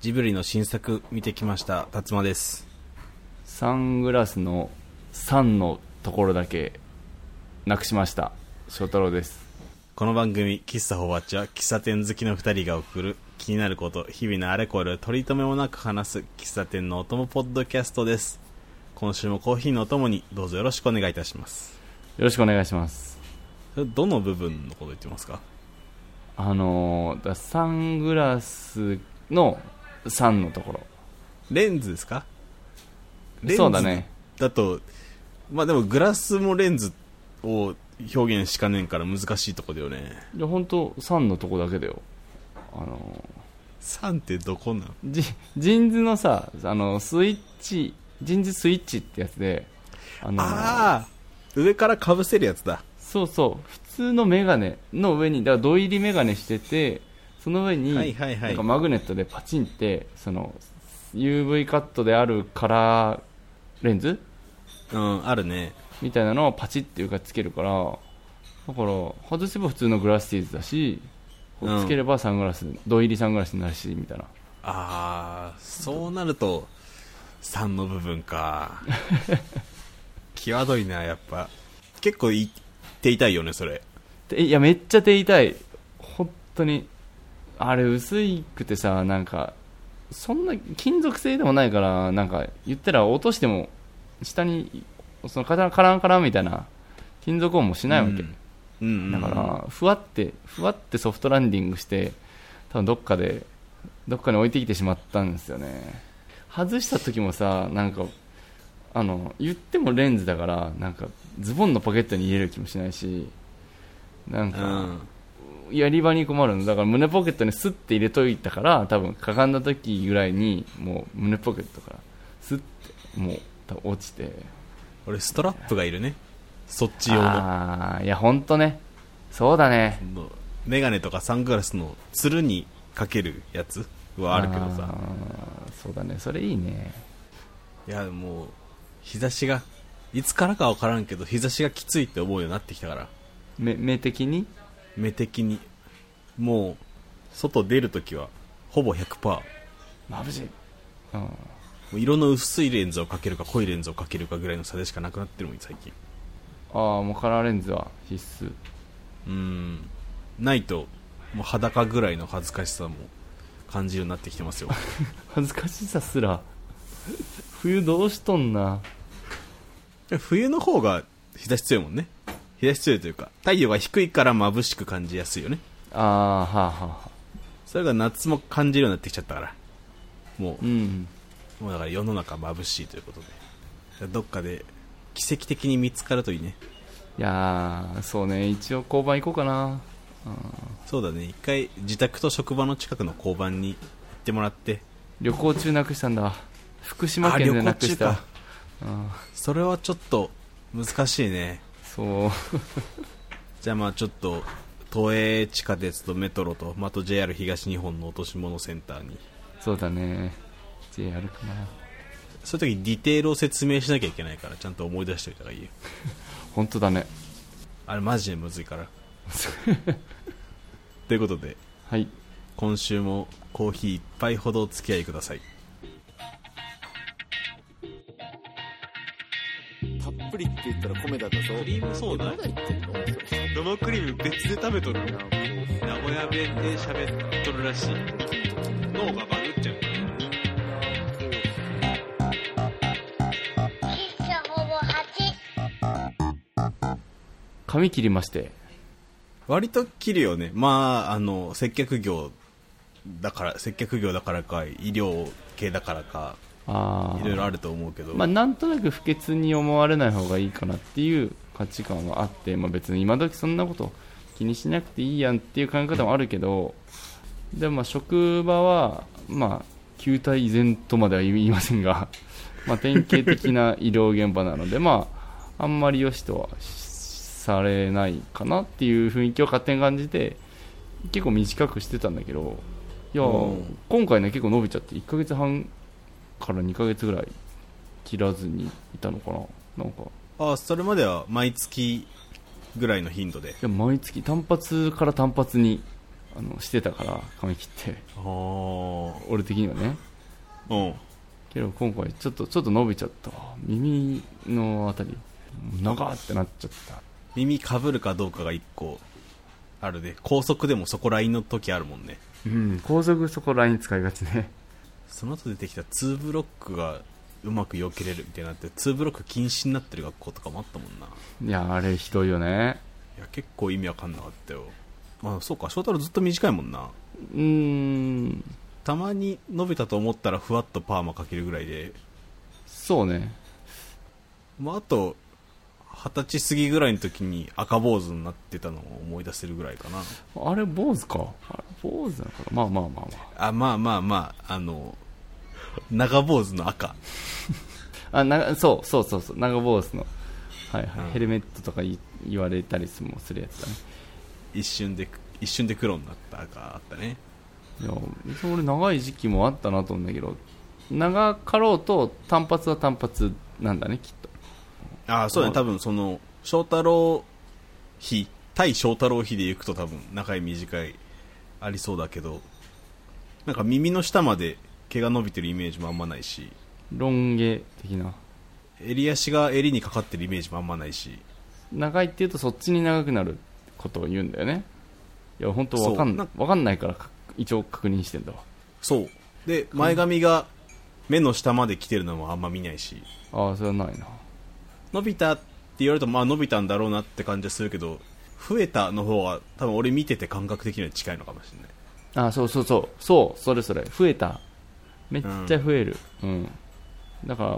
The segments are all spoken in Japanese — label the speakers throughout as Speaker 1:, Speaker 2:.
Speaker 1: ジブリの新作見てきました辰馬です
Speaker 2: サングラスの3のところだけなくしました翔太郎です
Speaker 1: この番組「喫茶ホバッチ」は喫茶店好きの2人が送る気になること日々のあれこれを取り留めもなく話す喫茶店のお供ポッドキャストです今週もコーヒーのお供にどうぞよろしくお願いいたします
Speaker 2: よろしくお願いします
Speaker 1: それどの部分のこと言ってますか
Speaker 2: あのーだサングラスの3のところ
Speaker 1: レンズですかレンズ
Speaker 2: そうだね
Speaker 1: だとまあでもグラスもレンズを表現しかねんから難しいとこだよね
Speaker 2: いや本当3のとこだけだよあの
Speaker 1: 3ってどこなの
Speaker 2: ージジンズのさあのスイッチジンズスイッチってやつであのー
Speaker 1: ああ上からかぶせるやつだ
Speaker 2: そうそう普通のメガネの上にだから土入りメガネしててその上に
Speaker 1: はいはいはい
Speaker 2: なんかマグネットでパチンってその UV カットであるカラーレンズ
Speaker 1: うんあるね
Speaker 2: みたいなのをパチっていうかつけるからだから外せば普通のグラスティーズだしこう
Speaker 1: うん
Speaker 2: つければサングラス、土入りサングラスになるしみたいな
Speaker 1: ああそうなると3の部分か際どいなやっぱ結構言っていたいよねそれ
Speaker 2: でいやめっちゃ手痛い本当にあれ薄いくてさなんかそんな金属製でもないからなんか言ったら落としても下にそのカランカランカランみたいな金属音もしないわけ、
Speaker 1: うんうんうん
Speaker 2: だからふわってふわってソフトランディングして多分どっかでどっかに置いてきてしまったんですよね外した時もさなんかあの言ってもレンズだからなんかズボンのポケットに入れる気もしないしなん
Speaker 1: う
Speaker 2: か、
Speaker 1: ん
Speaker 2: やり場に困るのだから胸ポケットにスッて入れといたから多分かがんだ時ぐらいにもう胸ポケットからスッてもう多分落ちて
Speaker 1: 俺ストラップがいるねそっち用の
Speaker 2: ああいや本当ねそうだね
Speaker 1: のメガネとかサングラスのつるにかけるやつはあるけどさ
Speaker 2: あーそうだねそれいいね
Speaker 1: いやもう日差しがいつからか分からんけど日差しがきついって思うようになってきたから
Speaker 2: 目目的に
Speaker 1: 目的にもう外出るときはほぼ100%も
Speaker 2: 眩しい、うん、
Speaker 1: う色の薄いレンズをかけるか濃いレンズをかけるかぐらいの差でしかなくなってるもん最近
Speaker 2: ああもうカラーレンズは必須
Speaker 1: うんないともう裸ぐらいの恥ずかしさも感じるようになってきてますよ
Speaker 2: 恥ずかしさすら 冬どうしとんな
Speaker 1: 冬の方が日差し強いもんね日差し強いというか太陽が低いから眩しく感じやすいよね
Speaker 2: ああはあはあはあ
Speaker 1: それが夏も感じるようになってきちゃったからもう
Speaker 2: うん
Speaker 1: もうだから世の中眩しいということでどっかで奇跡的に見つかるといいね
Speaker 2: いやーそうね一応交番行こうかなうん
Speaker 1: そうだね一回自宅と職場の近くの交番に行ってもらって
Speaker 2: 旅行中なくしたんだ福島
Speaker 1: あ
Speaker 2: 県で
Speaker 1: 旅行
Speaker 2: なく
Speaker 1: 中
Speaker 2: した
Speaker 1: か
Speaker 2: うん
Speaker 1: それはちょっと難しいね
Speaker 2: そう
Speaker 1: じゃあまあちょっと都営地下鉄とメトロと、まあ、あと JR 東日本の落とし物センターに
Speaker 2: そうだね JR かな
Speaker 1: そういう時にディテールを説明しなきゃいけないからちゃんと思い出しておいた方がいいよ
Speaker 2: 本当だね
Speaker 1: あれマジでむずいからということで
Speaker 2: はい
Speaker 1: 今週もコーヒー一杯ほどお付き合いください
Speaker 3: たっぷりって言ったら米だったぞ。
Speaker 1: クリームソーダ
Speaker 3: 何言ってんの
Speaker 1: 生クリーム別で食べとる名古屋弁で喋っとるらしい脳がバグっちゃう
Speaker 4: 喫茶ほぼ8。
Speaker 2: 髪切りまして
Speaker 1: 割と切るよねまああの接客業だから接客業だからか医療系だからか
Speaker 2: ああ
Speaker 1: いろいろあると思うけど、
Speaker 2: まあ、なんとなく不潔に思われない方がいいかなっていう価値観はあって、まあ、別に今時そんなこと気にしなくていいやんっていう考え方もあるけどでもまあ職場は、まあ、球体依然とまでは言いませんが まあ典型的な医療現場なので、まあ、あんまり良しとはしされないかなっていう雰囲気を勝手に感じて結構短くしてたんだけどいや
Speaker 1: うん
Speaker 2: 今回ね結構伸びちゃって1ヶ月半から2ヶ月ぐらい切らずにいたのかななんかい
Speaker 1: あそれまでは毎月ぐらいの頻度で
Speaker 2: や毎月単発から単発にあのしてたから髪切って
Speaker 1: お
Speaker 2: 俺的にはね
Speaker 1: うん
Speaker 2: けど今回ちょっとちょっと伸びちゃったわ耳のあたり長ってなっちゃった
Speaker 1: 耳かぶるかどうかが一個あるで高速でもそこラインの時あるもんね
Speaker 2: うん高速そこライン使いがちね
Speaker 1: その後出てきた2ブロックがうまく避けれるみたいになって2ブロック禁止になってる学校とかもあったもんない
Speaker 2: やあれひどいよね
Speaker 1: いや結構意味わかんなかったよまあそうか翔太郎ずっと短いもんな
Speaker 2: うーん
Speaker 1: たまに伸びたと思ったらふわっとパーマかけるぐらいで、
Speaker 2: そうね
Speaker 1: まあ、あと二十歳過ぎぐらいの時に赤坊主になってたのを思い出せるぐらいかな
Speaker 2: あれ坊主かあれ坊主なのかなまあまあまあま
Speaker 1: あまあまあまああの長坊主の赤
Speaker 2: ああなそうそうそうそう長坊主のはいはい、
Speaker 1: うん
Speaker 2: ヘルメットとかい言われたりすもするやつだね
Speaker 1: 一瞬で一瞬で黒になった赤あったね
Speaker 2: いや別に俺長い時期もあったなと思うんだけど長かろうと単発は単発なんだねきっと
Speaker 1: ああそうだね
Speaker 2: ま
Speaker 1: 多分その翔太郎比対翔太郎比で行くと多分長い短いありそうだけどなんか耳の下まで毛が伸びてるイメージもあんまないし
Speaker 2: ロン毛的な
Speaker 1: 襟足が襟にかかってるイメージもあんまないし
Speaker 2: 長いっていうとそっちに長くなることを言うんだよねいや本当わか
Speaker 1: そうんな
Speaker 2: なんかんないからか一応確認してんだわ
Speaker 1: そうで前髪が目の下まで来てるのもあんま見ないし
Speaker 2: ああそれはないな
Speaker 1: 伸びたって言われるとまあ伸びたんだろうなって感じはするけど増えたの方が多分俺見てて感覚的には近いのかもしれない
Speaker 2: ああそうそうそうそうそれそれ増えためっちゃ増えるうん、だから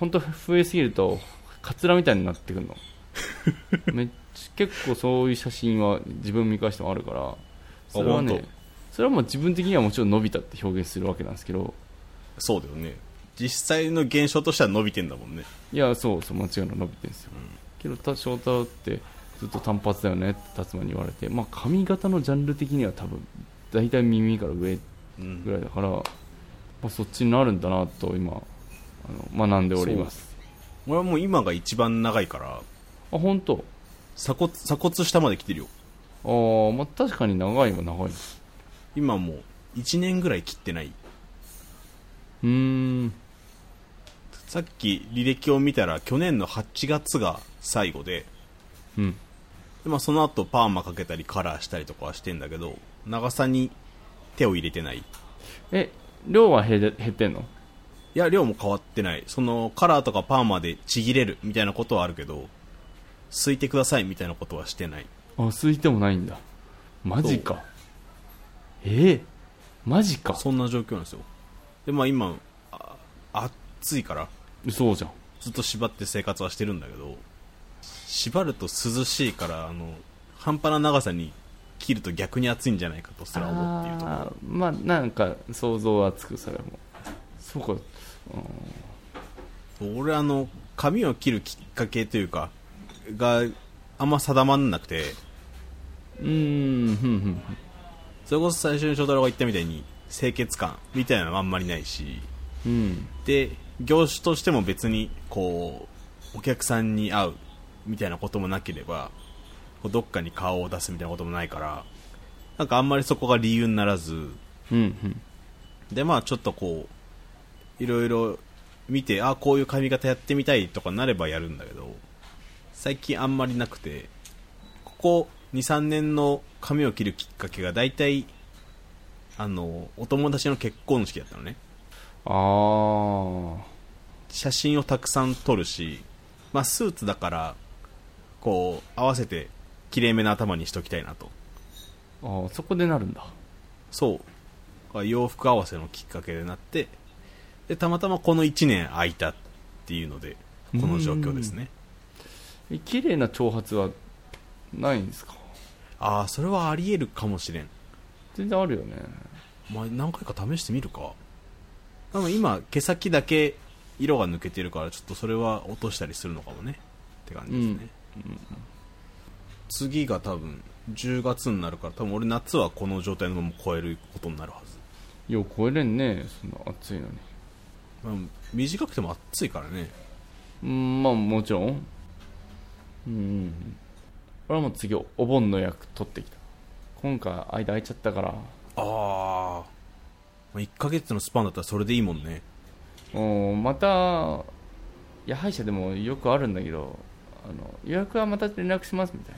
Speaker 2: 本当増えすぎるとカツラみたいになってくる のめっちゃ結構そういう写真は自分見返してもあるからそれは
Speaker 1: 本
Speaker 2: ね
Speaker 1: 当
Speaker 2: それはもう自分的にはもちろん伸びたって表現するわけなんですけど
Speaker 1: そうだよね実際の現象としては伸びてんだもんね
Speaker 2: いやそうそう間違いなく伸びてるんですよ、けどた翔太郎ってずっと単発だよねって達馬に言われてまあ髪型のジャンル的には多分大体耳から上
Speaker 1: うん
Speaker 2: ぐらいだから、まあ、そっちになるんだなと今あの学んでおります
Speaker 1: 俺はもう今が一番長いから
Speaker 2: あ本当
Speaker 1: 鎖骨鎖骨下まで来てるよ
Speaker 2: あー、まあ確かに長いは長いう
Speaker 1: 今もう1年ぐらい切ってない
Speaker 2: ーん
Speaker 1: さっき履歴を見たら去年の8月が最後で
Speaker 2: うん
Speaker 1: で、まあ、その後パーマかけたりカラーしたりとかはしてんだけど長さに手を入れてないい
Speaker 2: え量は減れ減ってんの
Speaker 1: や量も変わってないそのカラーとかパーマでちぎれるみたいなことはあるけどすいてくださいみたいなことはしてない
Speaker 2: あ空いてもないんだマジかえー、マジか
Speaker 1: そんな状況なんですよでまあ今あ暑いから
Speaker 2: そうじゃん
Speaker 1: ずっと縛って生活はしてるんだけど縛ると涼しいからあの半端な長さに切ると逆に暑いんじゃないかとすら思っているところ
Speaker 2: あーまあなんか想像はつくそれもそうか
Speaker 1: 俺あの髪を切るきっかけというかがあんま定まんなくて
Speaker 2: うーんふんふん
Speaker 1: それこそ最初に翔太郎が言ったみたいに清潔感みたいなのはあんまりないし
Speaker 2: ふんうん
Speaker 1: で業種としても別にこうお客さんに会うみたいなこともなければこうどっかに顔を出すみたいなこともないからなんかあんまりそこが理由にならず
Speaker 2: うんうん
Speaker 1: でまあちょっとこういろいろ見てあこういう髪型やってみたいとかなればやるんだけど最近あんまりなくてここ23年の髪を切るきっかけが大体あのお友達の結婚式だったのね
Speaker 2: ああ
Speaker 1: 写真をたくさん撮るし、まあ、スーツだからこう合わせてきれいめな頭にしときたいなと
Speaker 2: あーそこでなるんだ
Speaker 1: そう洋服合わせのきっかけでなってでたまたまこの1年空いたっていうのでこの状況ですね
Speaker 2: え綺麗な長髪はないんですか
Speaker 1: ああそれはありえるかもしれん、
Speaker 2: 全然あるよね
Speaker 1: まあ、何回か試してみるか多分今毛先だけ色が抜けてるからちょっとそれは落としたりするのかもねって感じですね、次が多分10月になるから多分俺夏はこの状態のまま超えることになるはず、
Speaker 2: よう超えれんねそんな暑いのに
Speaker 1: まあ短くても暑いからね
Speaker 2: うんまあもちろんうんうんうん俺はもう次お盆の役取ってきた今回間空いちゃったから
Speaker 1: ああ1ヶ月のスパンだったらそれでいいもんね
Speaker 2: うんまたいや歯医者でもよくあるんだけどあの予約はまた連絡しますみたい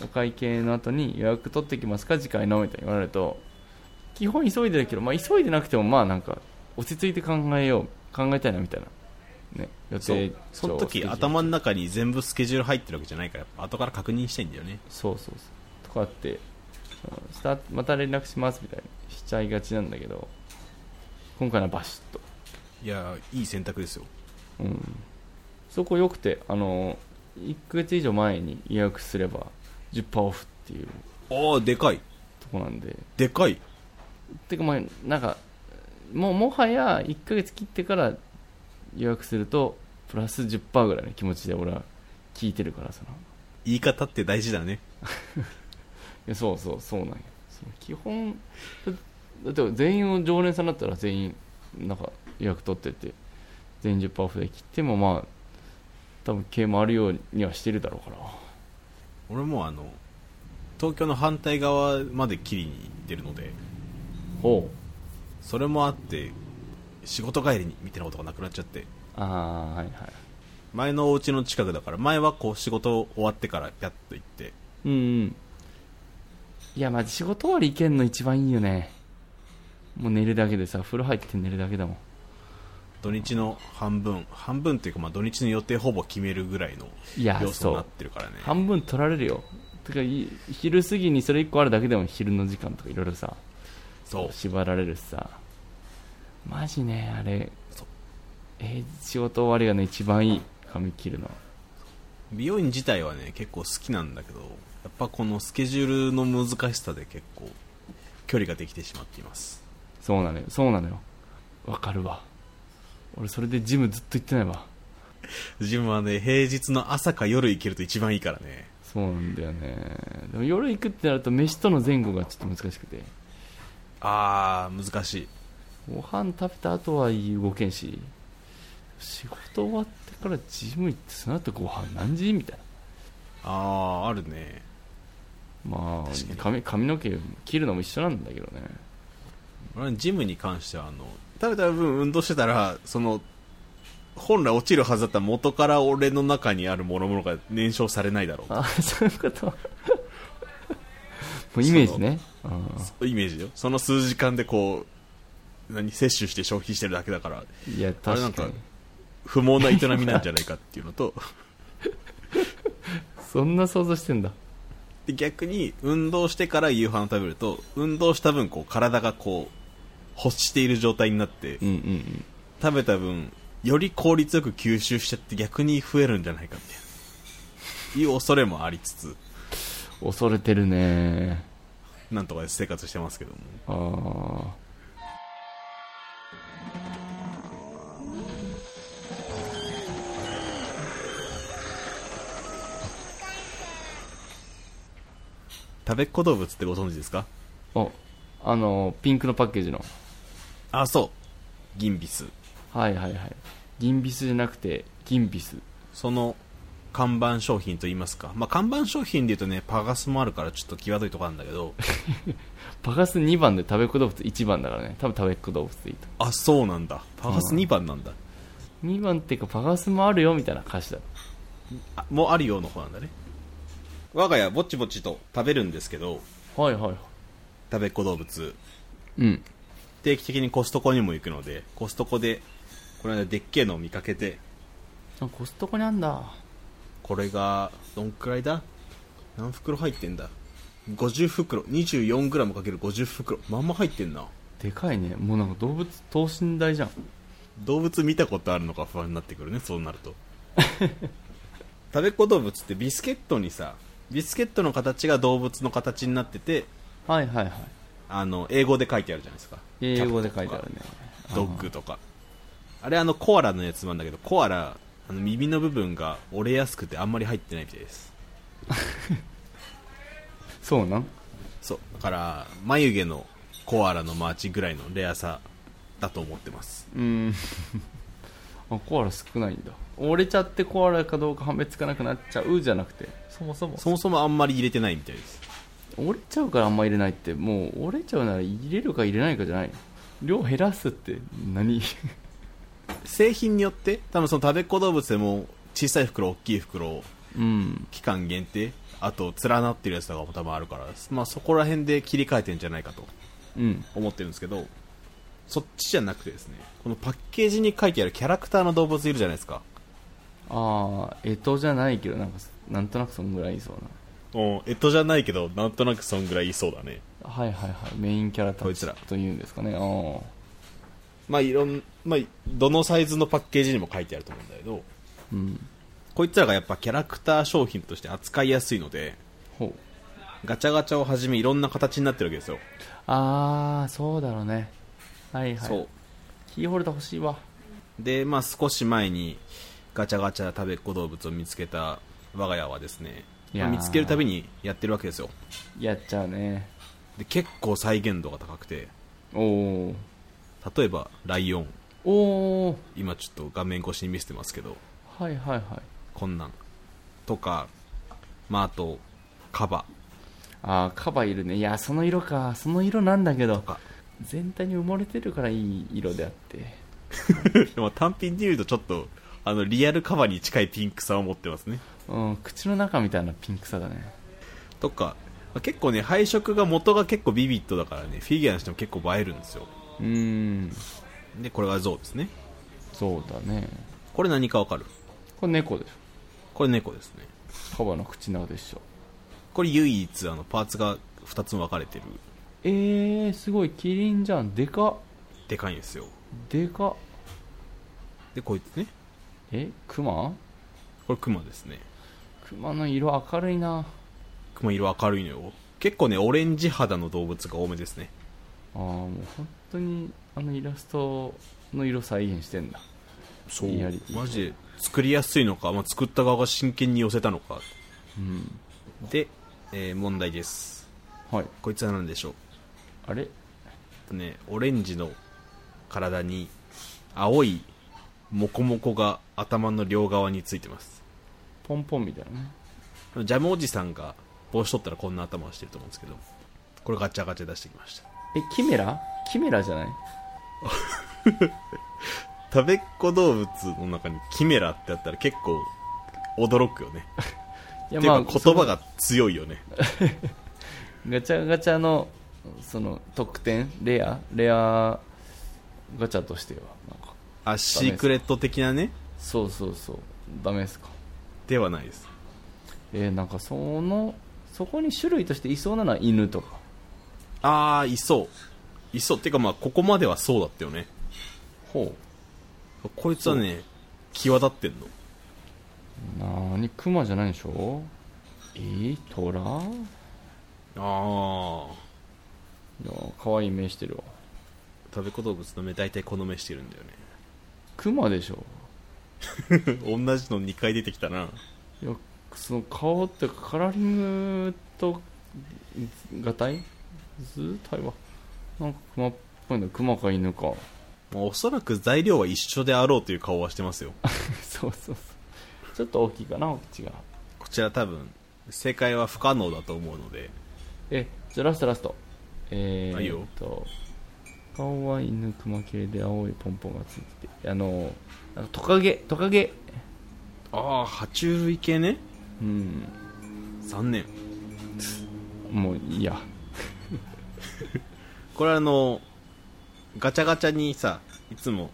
Speaker 2: なお会計の後に予約取ってきますか次回のみたいに言われると基本急いでるけど、まあ、急いでなくてもまあなんか落ち着いて考えよう考えたいなみたいな、ね、予定
Speaker 1: そうその時
Speaker 2: スケジュール
Speaker 1: 頭の中に全部スケジュール入ってるわけじゃないからやっぱ後から確認したいんだよね
Speaker 2: そうそうそうとかあってうんしたまた連絡しますみたいなしちゃいがちなんだけど今回のはバシッと、
Speaker 1: いやいい選択ですよ
Speaker 2: うん、そこ良くてあの1ヶ月以上前に予約すれば10%オフっていう
Speaker 1: ああでかい
Speaker 2: とこなんで
Speaker 1: でかい
Speaker 2: てかまあなんかもうもはや1ヶ月切ってから予約するとプラス10%ぐらいの気持ちで俺は聞いてるからその
Speaker 1: 言い方って大事だね
Speaker 2: いやそうそうそうなんやその基本だだって全員を常連さんだったら全員なんか予約取ってて全員10%オフで切ってもまあ多分経営もあるようにはしてるだろうから
Speaker 1: 俺もあの東京の反対側まで切りに行ってるので
Speaker 2: ほう
Speaker 1: それもあって仕事帰りにみたいなことがなくなっちゃって
Speaker 2: ああはいはい
Speaker 1: 前のお家の近くだから前はこう仕事終わってからやっと行って
Speaker 2: うんうんいやまあ仕事終わり行けんの一番いいよねもう寝るだけでさ風呂入って寝るだけだもん
Speaker 1: 土日の半分半分っていうかまあ土日の予定ほぼ決めるぐらいの
Speaker 2: いや
Speaker 1: 要素
Speaker 2: そ
Speaker 1: になっ
Speaker 2: う
Speaker 1: てるからね
Speaker 2: 半分取られるよてかい昼過ぎにそれ1個あるだけでも昼の時間とかいろいろさ
Speaker 1: そう
Speaker 2: 縛られるしさマジねあれ
Speaker 1: そう
Speaker 2: えー仕事終わりがね一番いい髪切るの
Speaker 1: 美容院自体はね結構好きなんだけどやっぱこのスケジュールの難しさで結構距離ができてしまっています
Speaker 2: そうなのよそうなのよわかるわ俺それでジムずっと行ってないわ
Speaker 1: 自分はね平日の朝か夜行けると一番いいからね
Speaker 2: そうなんだよねでも夜行くってなると飯との前後がちょっと難しくて
Speaker 1: あー難しい
Speaker 2: ご飯食べた後はいい動けんし仕事終わってからジム行ってその後ご飯何時みたい
Speaker 1: あーあるね
Speaker 2: なまあ
Speaker 1: 確かに
Speaker 2: 髪髪の毛切るのも一緒なんだけどね
Speaker 1: 俺はジムに関してはあの食べた分運動してたらその本来落ちるはずだった元から俺の中にあるものものが燃焼されないだろう
Speaker 2: あ そういうこともうイメージねう
Speaker 1: イメージよその数時間でこう何摂取して消費してるだけだから
Speaker 2: んいや
Speaker 1: あれな
Speaker 2: 確
Speaker 1: ん
Speaker 2: か
Speaker 1: か
Speaker 2: に
Speaker 1: 不毛な営みなんじゃないかっていうのと
Speaker 2: そんな想像してんだ
Speaker 1: で逆に運動してから夕飯を食べると運動した分こう体がこう欲している状態になって
Speaker 2: うんうんうん
Speaker 1: 食べた分より効率よく吸収しちゃって逆に増えるんじゃないかみたいないう恐れもありつつ
Speaker 2: 恐れてるね
Speaker 1: なんとか生活してますけども
Speaker 2: ああ
Speaker 1: 食べっ子動物ってご存知ですか
Speaker 2: おあのピンクのパッケージの
Speaker 1: あそうギンビス
Speaker 2: はいはいはい銀ビスじゃなくて銀ビス
Speaker 1: その看板商品といいますか、まあ、看板商品でいうとねパガスもあるからちょっと際どいとこなんだけど
Speaker 2: パガス2番で食べっ子動物1番だからね多分食べっ子動物でいいと
Speaker 1: あそうなんだパガス2番なんだ
Speaker 2: 2番っていうかパガスもあるよみたいな歌詞だ
Speaker 1: あもうあるようの方なんだね我が家ぼちぼちと食べるんですけど
Speaker 2: はいはいはい
Speaker 1: 食べっ子動物
Speaker 2: うん
Speaker 1: 定期的にコストコにも行くのでコストコでこの間でっけえのを見かけて
Speaker 2: あコストコにあんだ
Speaker 1: これがどんくらいだ何袋入ってんだ50袋 24g×50 袋まんま入ってんな
Speaker 2: でかいねもうなんか動物等身大じゃん
Speaker 1: 動物見たことあるのか不安になってくるねそうなる と食べっ子動物ってビスケットにさビスケットの形が動物の形になってて
Speaker 2: はいはいはい
Speaker 1: あの英語で書いてあるじゃないですか
Speaker 2: 英語で書いてある
Speaker 1: キ
Speaker 2: ね
Speaker 1: ャプテンとかドッグとかあれあのコアラのやつなんだけどコアラあの耳の部分が折れやすくてあんまり入ってないみたいです
Speaker 2: そうなん
Speaker 1: そうだから眉毛のコアラのマーチぐらいのレアさだと思ってます
Speaker 2: うん あコアラ少ないんだ折れちゃってコアラかどうか判別つかなくなっちゃうじゃなくてそもそも
Speaker 1: そもそもあんまり入れてないみたいです
Speaker 2: 折れちゃうからあんま入れないってもう折れちゃうなら入れるか入れないかじゃない量減らすって何
Speaker 1: 製品によって多分その食べっ子動物でも小さい袋大きい袋
Speaker 2: うん
Speaker 1: 期間限定あと連なってるやつとかも多分あるから、まあ、そこら辺で切り替えてんじゃないかと
Speaker 2: うん
Speaker 1: 思ってるんですけどそっちじゃなくてですねこのパッケージに書いてあるキャラクターの動物いるじゃないですか
Speaker 2: ああえとじゃないけどなんかなんとなくそんぐらいいそう
Speaker 1: うんえっとじゃないけどなんとなくそんぐらいいそうだね
Speaker 2: なはいはいはいメインキャラた
Speaker 1: こいつ
Speaker 2: ち
Speaker 1: ら
Speaker 2: というんですかねあ
Speaker 1: まあいろん、まあ、どのサイズのパッケージにも書いてあると思うんだけど
Speaker 2: あうん
Speaker 1: こいつらがやっぱキャラクター商品として扱いやすいので
Speaker 2: ほう
Speaker 1: ガチャガチャをはじめいろんな形になってるわけですよ、
Speaker 2: ああそうだろうねはいはいキーホルダー欲しいわ
Speaker 1: で、まあ、少し前にガチャガチャ食べっ子動物を見つけた我が家はですね、
Speaker 2: いや
Speaker 1: ま
Speaker 2: ー
Speaker 1: あ見つけるたびにやってるわけですよ
Speaker 2: やっちゃうね
Speaker 1: で結構再現度が高くて
Speaker 2: おお
Speaker 1: 例えばライオン
Speaker 2: おお
Speaker 1: 今ちょっと画面越しに見せてますけど
Speaker 2: はいはいはい
Speaker 1: こんなんとか、まあ、あとカバ
Speaker 2: ああカバいるねいやその色かその色なんだけど
Speaker 1: とか
Speaker 2: 全体に埋もれてるからいい色であって
Speaker 1: でも単品で言うとちょっとあのリアルカバに近いピンクさを持ってますね
Speaker 2: うん口の中みたいなピンクさだね
Speaker 1: とかまあ結構ね配色が元が結構ビビットだからねフィギュアにしても結構映えるんですよ
Speaker 2: うーん
Speaker 1: でこれが象ですね
Speaker 2: そうだね
Speaker 1: これ何かわかる
Speaker 2: これ猫でし
Speaker 1: これ猫ですね
Speaker 2: ょカバの口の中でしょ
Speaker 1: これ唯一あのパーツが2つも分かれてる
Speaker 2: えー、すごいキリンじゃんでかっ
Speaker 1: でかいんですよ
Speaker 2: でかっ
Speaker 1: でこいつね
Speaker 2: えクマ
Speaker 1: これクマですね
Speaker 2: クマの色明るいな
Speaker 1: クマ色明るいのよ結構ねオレンジ肌の動物が多めですね
Speaker 2: ああもう本当にあのイラストの色再現してんだ
Speaker 1: そう
Speaker 2: リアリティ
Speaker 1: マジで作りやすいのか、まあ、作った側が真剣に寄せたのか
Speaker 2: うん
Speaker 1: で、えー問題です
Speaker 2: はい
Speaker 1: こいつは何でしょう
Speaker 2: あれ
Speaker 1: えっとねオレンジの体に青いモコモコが頭の両側についてます
Speaker 2: ポンポンみたいなね
Speaker 1: ジャムおじさんが帽子取ったらこんな頭をしてると思うんですけどこれガチャガチャ出してきました
Speaker 2: えキメラキメラじゃない
Speaker 1: 食べっ子動物の中にキメラってあったら結構驚くよね
Speaker 2: いや
Speaker 1: っていうか言葉が強いよね
Speaker 2: ガチャガチャのその特典レアレアガチャとしてはなんか
Speaker 1: あシークレット的なね
Speaker 2: そうそうそうダメですか
Speaker 1: ではないです
Speaker 2: えーなんかそのそこに種類としていそうなのは犬とか
Speaker 1: ああいそういそうっていうかまあここまではそうだったよね
Speaker 2: ほ
Speaker 1: こいつはね際立ってんの
Speaker 2: うなにクマじゃないでしょえー、トラい
Speaker 1: ああ
Speaker 2: や可愛い目してるわ
Speaker 1: 食べ子動物の目大体この目してるんだよ
Speaker 2: クマでしょ
Speaker 1: ね 同じの2回出てきたない
Speaker 2: やその顔っていうかカラーリングとがたい図体はなんかクマっぽいのクマか犬か
Speaker 1: まあおそらく材料は一緒であろうという顔はしてますよ
Speaker 2: そうそうそうちょっと大きいかなお口が
Speaker 1: こちら多分正解は不可能だと思うので
Speaker 2: えじゃあラストラストえ
Speaker 1: はい
Speaker 2: ー
Speaker 1: よ
Speaker 2: っと顔は犬クマ系で青いポンポンがついててあのなんかトカゲトカゲ
Speaker 1: ああ爬虫類系ね
Speaker 2: うん
Speaker 1: 残念
Speaker 2: もういいや
Speaker 1: これはあのガチャガチャにさいつも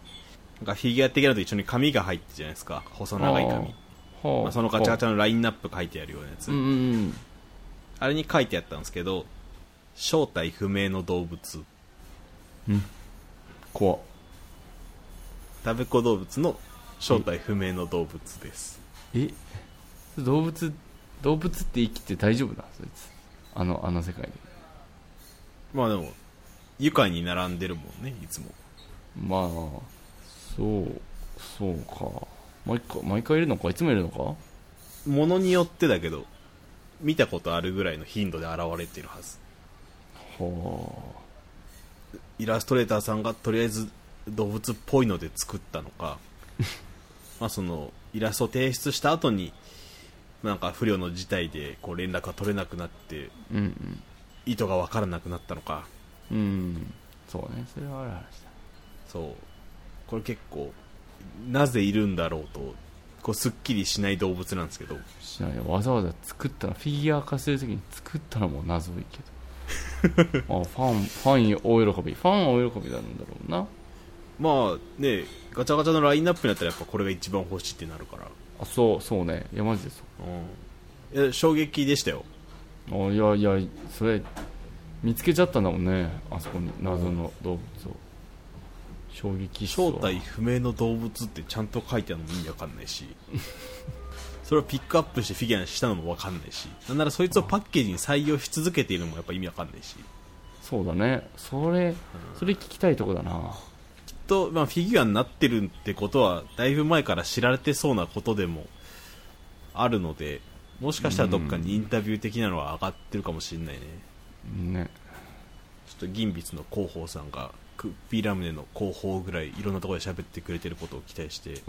Speaker 1: なんかフィギュア的なのと一緒に紙が入ってるじゃないですか細長い紙
Speaker 2: あーはあ
Speaker 1: まあ、そのガチャガチ
Speaker 2: ャ
Speaker 1: ャのラインナップ書いてあるようなやつ、
Speaker 2: うんうんうん
Speaker 1: あれに書いてあったんですけど正体不明の動物
Speaker 2: 怖っ
Speaker 1: 食べっ子動物の正体不明の動物です、
Speaker 2: え動物動物って生きて大丈夫なそいつあのあの世界で
Speaker 1: まあでも愉快に並んでるもんねいつも
Speaker 2: まあそうそうか毎回毎回いるのかいつもいるのか
Speaker 1: ものによってだけど見たことあるぐらいの頻度で現れてるはず
Speaker 2: は
Speaker 1: イラストレーターさんがとりあえず動物っぽいので作ったのかまあそのイラストを提出した後にまなんか不良の事態でこう連絡が取れなくなって
Speaker 2: うん
Speaker 1: 意図が分からなくなったのか
Speaker 2: うんうんそうねそれはある話だ
Speaker 1: そうこれ結構なぜいるんだろうとこうすっきりしない動物なんですけど
Speaker 2: しないよわざわざ作ったらフィギュア化するときに作ったらもう謎い けどあファンファン大喜びファン大喜びなんだろうな
Speaker 1: まあねガチャガチャのラインナップになったらやっぱこれが一番欲しいってなるから
Speaker 2: あそうそうねいやマジでそ
Speaker 1: うんいや衝撃でしたよ
Speaker 2: うあいやいやそれ見つけちゃったんだもんねあそこに謎の動物を衝撃っすわ
Speaker 1: 正体不明の動物ってちゃんと書いてあるのも意味わかんないし それをピックアップしてフィギュアにしたのもわかんないしなんならそいつをパッケージに採用し続けているのもやっぱ意味わかんないしきっ
Speaker 2: そうだねそれそれ聞きたいとこだな
Speaker 1: と、まあ、フィギュアになってるってことはだいぶ前から知られてそうなことでもあるのでもしかしたらどっかにインタビュー的なのは上がってるかもしれないね
Speaker 2: ね
Speaker 1: ちょっと銀筆の広報さんがクッピーラムネの広報ぐらいいろんなところで喋ってくれてることを期待して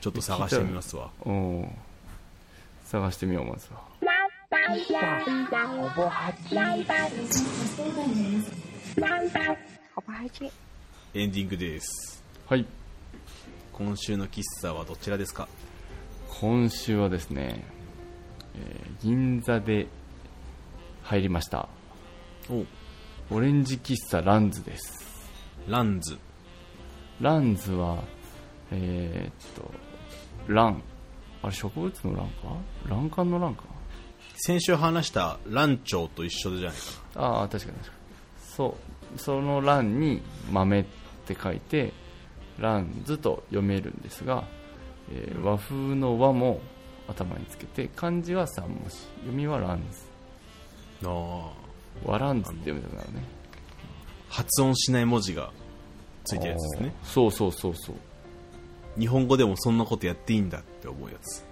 Speaker 1: ちょっと探してみますわ
Speaker 2: うん探してみようまずは
Speaker 5: 好吧，还这
Speaker 1: エンディングです
Speaker 2: はい
Speaker 1: 今週の喫茶はどちらですか
Speaker 2: 今週はですね、えー銀座で入りました
Speaker 1: お
Speaker 2: オレンジ喫茶ランズです
Speaker 1: ランズ
Speaker 2: ランズはえーっとランあれ植物のランかランカンのランか
Speaker 1: 先週話したランチョウと一緒じゃないか
Speaker 2: ああ確かに確かにそうそのランに豆って書いてランズと読めるんですが、えー和風の和も頭につけて漢字は3文字読みはランズ
Speaker 1: なあ
Speaker 2: 和ランズって読めたくなるね
Speaker 1: 発音しない文字がついてるやつですね
Speaker 2: あーそうそうそうそう
Speaker 1: 日本語でもそんなことやっていいんだって思うやつ、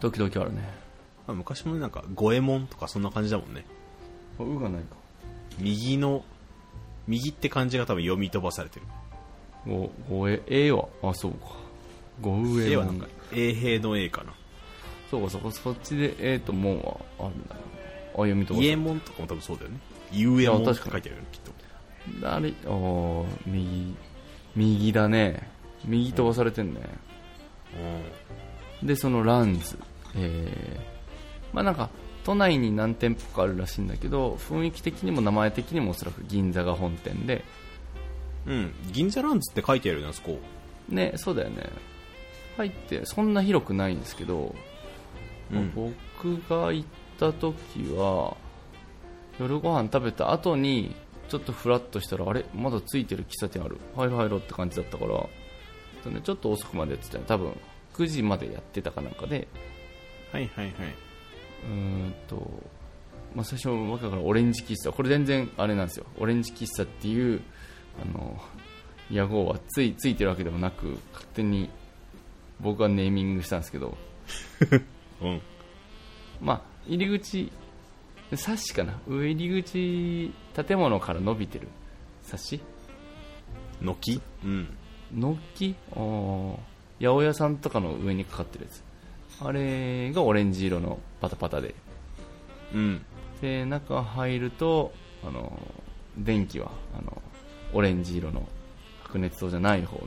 Speaker 2: 時々あるね
Speaker 1: まあ、昔もねなんか五右衛門とかそんな感じだもんね
Speaker 2: あうがないか
Speaker 1: 右の右って漢字が多分読み飛ばされてる
Speaker 2: ごごええはあそうかごうえ
Speaker 1: 絵はなんか衛兵の絵かな
Speaker 2: そうかそこそっちでええともんはあるんだよねあ読みとこ
Speaker 1: 伊右衛門とかも多分そうだよね伊右衛門って書いてあるよねきっと
Speaker 2: あれあー右右だね右飛ばされてんね、
Speaker 1: う
Speaker 2: でそのランズえー、まあなんか都内に何店舗かあるらしいんだけど雰囲気的にも名前的にもおそらく銀座が本店で
Speaker 1: ん、うん、銀座ランズって書いてあるよねあそこ
Speaker 2: ねそうだよね入ってそんな広くないんですけど、まあ
Speaker 1: うん
Speaker 2: 僕が行った時は夜ご飯食べた後にちょっとフラッとしたらあれまだついてる喫茶店あるはい入ろうって感じだったからそうねちょっと遅くまでやってたよ多分9時までやってたかなんかで
Speaker 1: はいはいはい、
Speaker 2: うーんと、まあ、最初わけわからんオレンジ喫茶これ全然あれなんですよオレンジ喫茶っていうあの屋号はついついてるわけでもなく勝手に僕がネーミングしたんですけど
Speaker 1: うん、
Speaker 2: まあ入り口サッシかな上入り口建物から伸びてるサッシ
Speaker 1: 軒うん
Speaker 2: 軒あー八百屋さんとかの上にかかってるやつあれがオレンジ色のパタパタで
Speaker 1: うん
Speaker 2: で中入るとあの電気はあのオレンジ色の白熱灯じゃない方の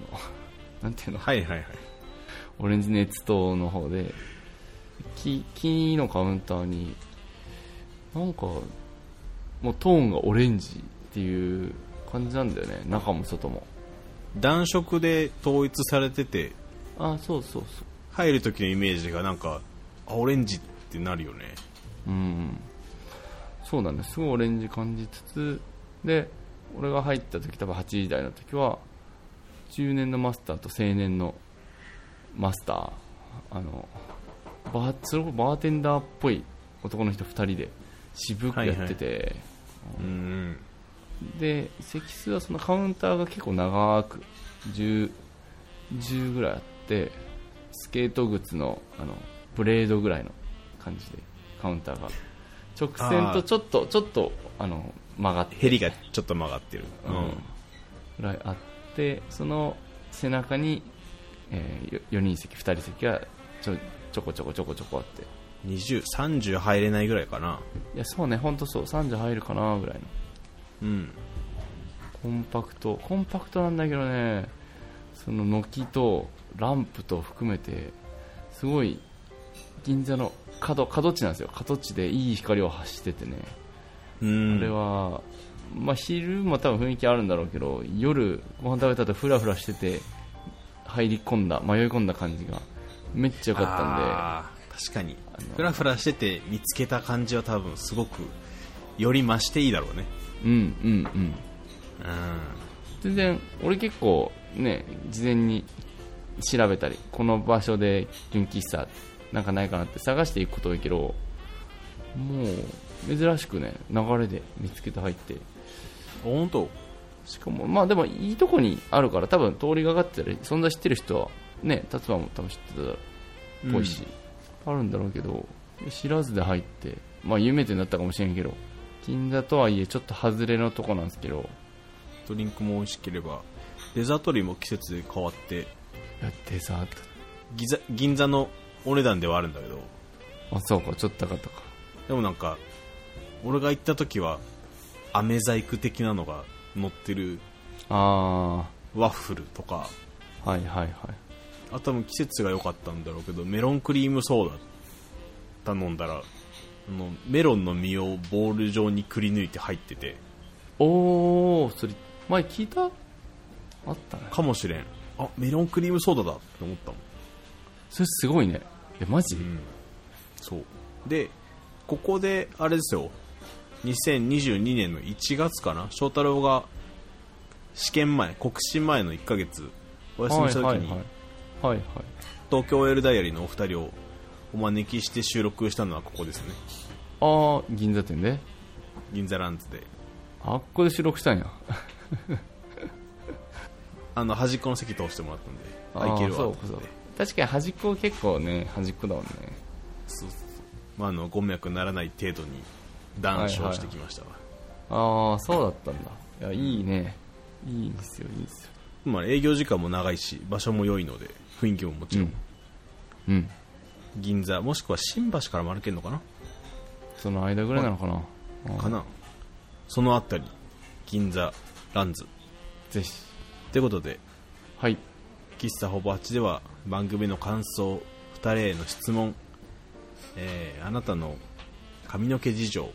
Speaker 2: なんていうの、
Speaker 1: はいはいはい
Speaker 2: オレンジ熱灯の方で木木のカウンターになんかもうトーンがオレンジっていう感じなんだよね中も外も
Speaker 1: 暖色で統一されてて
Speaker 2: あそうそうそう
Speaker 1: 入る時のイメージがなんかあオレンジってなるよね
Speaker 2: うんそうなんですすごいオレンジ感じつつで俺が入った時多分8時台の時は中年のマスターと青年のマスターあのバーそれこそバーテンダーっぽい男の人2人で渋くやってて、
Speaker 1: うん
Speaker 2: で席数はそのカウンターが結構長く 10, 10ぐらいあってスケート靴のあのブレードぐらいの感じでカウンターが直線とちょっとちょっとあの曲がって
Speaker 1: ヘリがちょっと曲がってる
Speaker 2: うんぐらいあってその背中に、え4人席2人席がちょちょこちょこちょこちょこあって
Speaker 1: 2030入れないぐらいかない
Speaker 2: やそうねほんとそう30入るかなぐらいの
Speaker 1: うん
Speaker 2: コンパクトコンパクトなんだけどねその軒とランプと含めてすごい銀座の角角地なんですよ角地でいい光を発しててね、
Speaker 1: うん
Speaker 2: これは、まあ、昼も多分雰囲気あるんだろうけど夜ご飯食べた後フラフラしてて入り込んだ迷い込んだ感じがめっちゃ良かった
Speaker 1: あー確かに
Speaker 2: あの
Speaker 1: フラフラしてて見つけた感じは多分すごくより増していいだろうね
Speaker 2: んでうんうんうん
Speaker 1: う
Speaker 2: 全然俺結構ね事前に調べたりこの場所で純喫茶なんかないかなって探していくこと多いけどもう珍しくね流れで見つけて入って
Speaker 1: ん本当
Speaker 2: しかもまあでもいいとこにあるから多分通りがかってたり存在知ってる人はね立場も多分知ってたっぽいし、あるんだろうけど知らずで入ってまあ有名店だったかもしれんけど銀座とはいえちょっと外れのとこなんですけど
Speaker 1: ドリンクも美味しければデザート類も季節で変わって
Speaker 2: いやデザート
Speaker 1: ギザ銀座のお値段ではあるんだけど
Speaker 2: あそうかちょっと高かったか
Speaker 1: でもなんか俺が行った時は飴細工的なのが乗ってる
Speaker 2: あ
Speaker 1: ワッフルとか
Speaker 2: あはいはいはい
Speaker 1: あとはもう季節が良かったんだろうけどメロンクリームソーダ頼んだらあのメロンの実をボール状にくり抜いて入ってて
Speaker 2: おおそれ前聞いたあったね
Speaker 1: かもしれんあメロンクリームソーダだって思ったもん
Speaker 2: それすごいねえマジ、
Speaker 1: うん、そうでここであれですよ2022年の1月かな翔太郎が試験前国試前の1ヶ月お休みした
Speaker 2: はい
Speaker 1: 時
Speaker 2: はいはい
Speaker 1: に
Speaker 2: はいはい
Speaker 1: 東京 OL ダイアリーのお二人をお招きして収録したのはここですね
Speaker 2: ああ銀座店で
Speaker 1: 銀座ランズで
Speaker 2: あっこで収録したんや
Speaker 1: あの端っこの席通してもらったんで
Speaker 2: あ
Speaker 1: あ
Speaker 2: ー
Speaker 1: いけるわ
Speaker 2: そ
Speaker 1: と
Speaker 2: う
Speaker 1: 思って
Speaker 2: そう確かに端っこ結構ね端っこだもんね
Speaker 1: そうそうまあ、あのご迷惑ならない程度に談笑してきましたわ、
Speaker 2: ああそうだったんだいやいいねいいんですよいいんですよ
Speaker 1: まあ、営業時間も長いし場所も良いので雰囲気ももちろん
Speaker 2: うん
Speaker 1: 銀座もしくは新橋からも歩けるのかな、
Speaker 2: その間ぐらいなのかな、うん
Speaker 1: かなそのあたり銀座ランズ
Speaker 2: ぜひ
Speaker 1: ということで
Speaker 2: はい
Speaker 1: 喫茶ほぼ8では番組の感想2人への質問、えーあなたの髪の毛事情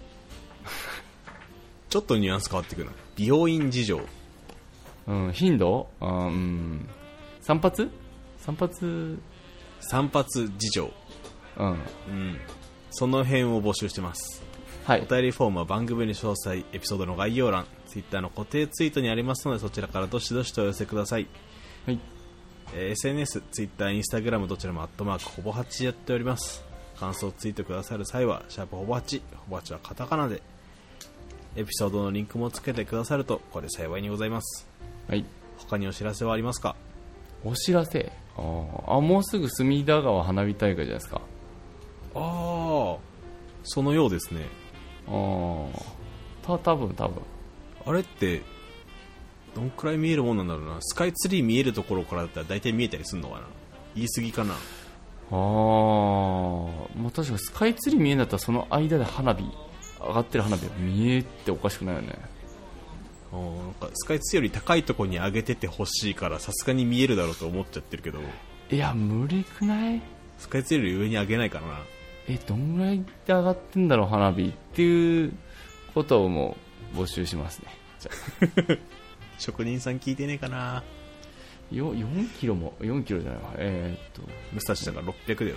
Speaker 1: ちょっとニュアンス変わってくるな美容院事情
Speaker 2: うん頻度あーうん散髪散髪うん
Speaker 1: 散髪事情うんその辺を募集してます
Speaker 2: はい
Speaker 1: お便りフォームは番組の詳細エピソードの概要欄ツイッターの固定ツイートにありますのでそちらからどしどしとお寄せください
Speaker 2: はい
Speaker 1: えー SNS、Twitter、Instagram どちらもアットマークほぼ8やっております感想をツイートくださる際はシャープほぼ8ほぼ8はカタカナでエピソードのリンクもつけてくださるとこれ幸いにございます
Speaker 2: はい
Speaker 1: 他にお知らせはありますか
Speaker 2: お知らせあーあもうすぐ隅田川花火大会じゃないですか
Speaker 1: ああそのようですね
Speaker 2: ああた多分多分
Speaker 1: あれってどんくらい見えるもんなんだろうなスカイツリー見えるところからだったら大体見えたりするのかな言い過ぎかな
Speaker 2: ああ、まあ、確かにスカイツリー見えんだったらその間で花火上がってる花火が見えっておかしくないよね
Speaker 1: あーなんかスカイツリーより高いところに上げててほしいからさすがに見えるだろうと思っちゃってるけど
Speaker 2: いや無理くない
Speaker 1: スカイツリーより上に上げないからな
Speaker 2: えどんぐらいで上がってんだろう花火っていうことをもう募集しますねじゃあ
Speaker 1: 職人さん聞いてねえかな
Speaker 2: よ4キロも4キロじゃないわえーっと
Speaker 1: 武蔵だから600だよ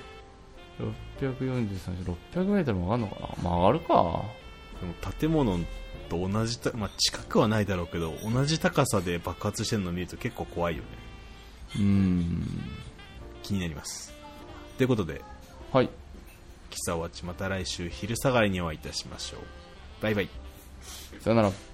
Speaker 2: 643600m も上がるのかな、まあ、上がるか
Speaker 1: でも建物と同じた、まあ、近くはないだろうけど同じ高さで爆発してるの見ると結構怖いよね
Speaker 2: うん
Speaker 1: 気になりますということで
Speaker 2: はい
Speaker 1: 喫茶おわちまた来週昼下がりにお会いいたしましょうバイバイ
Speaker 2: さよなら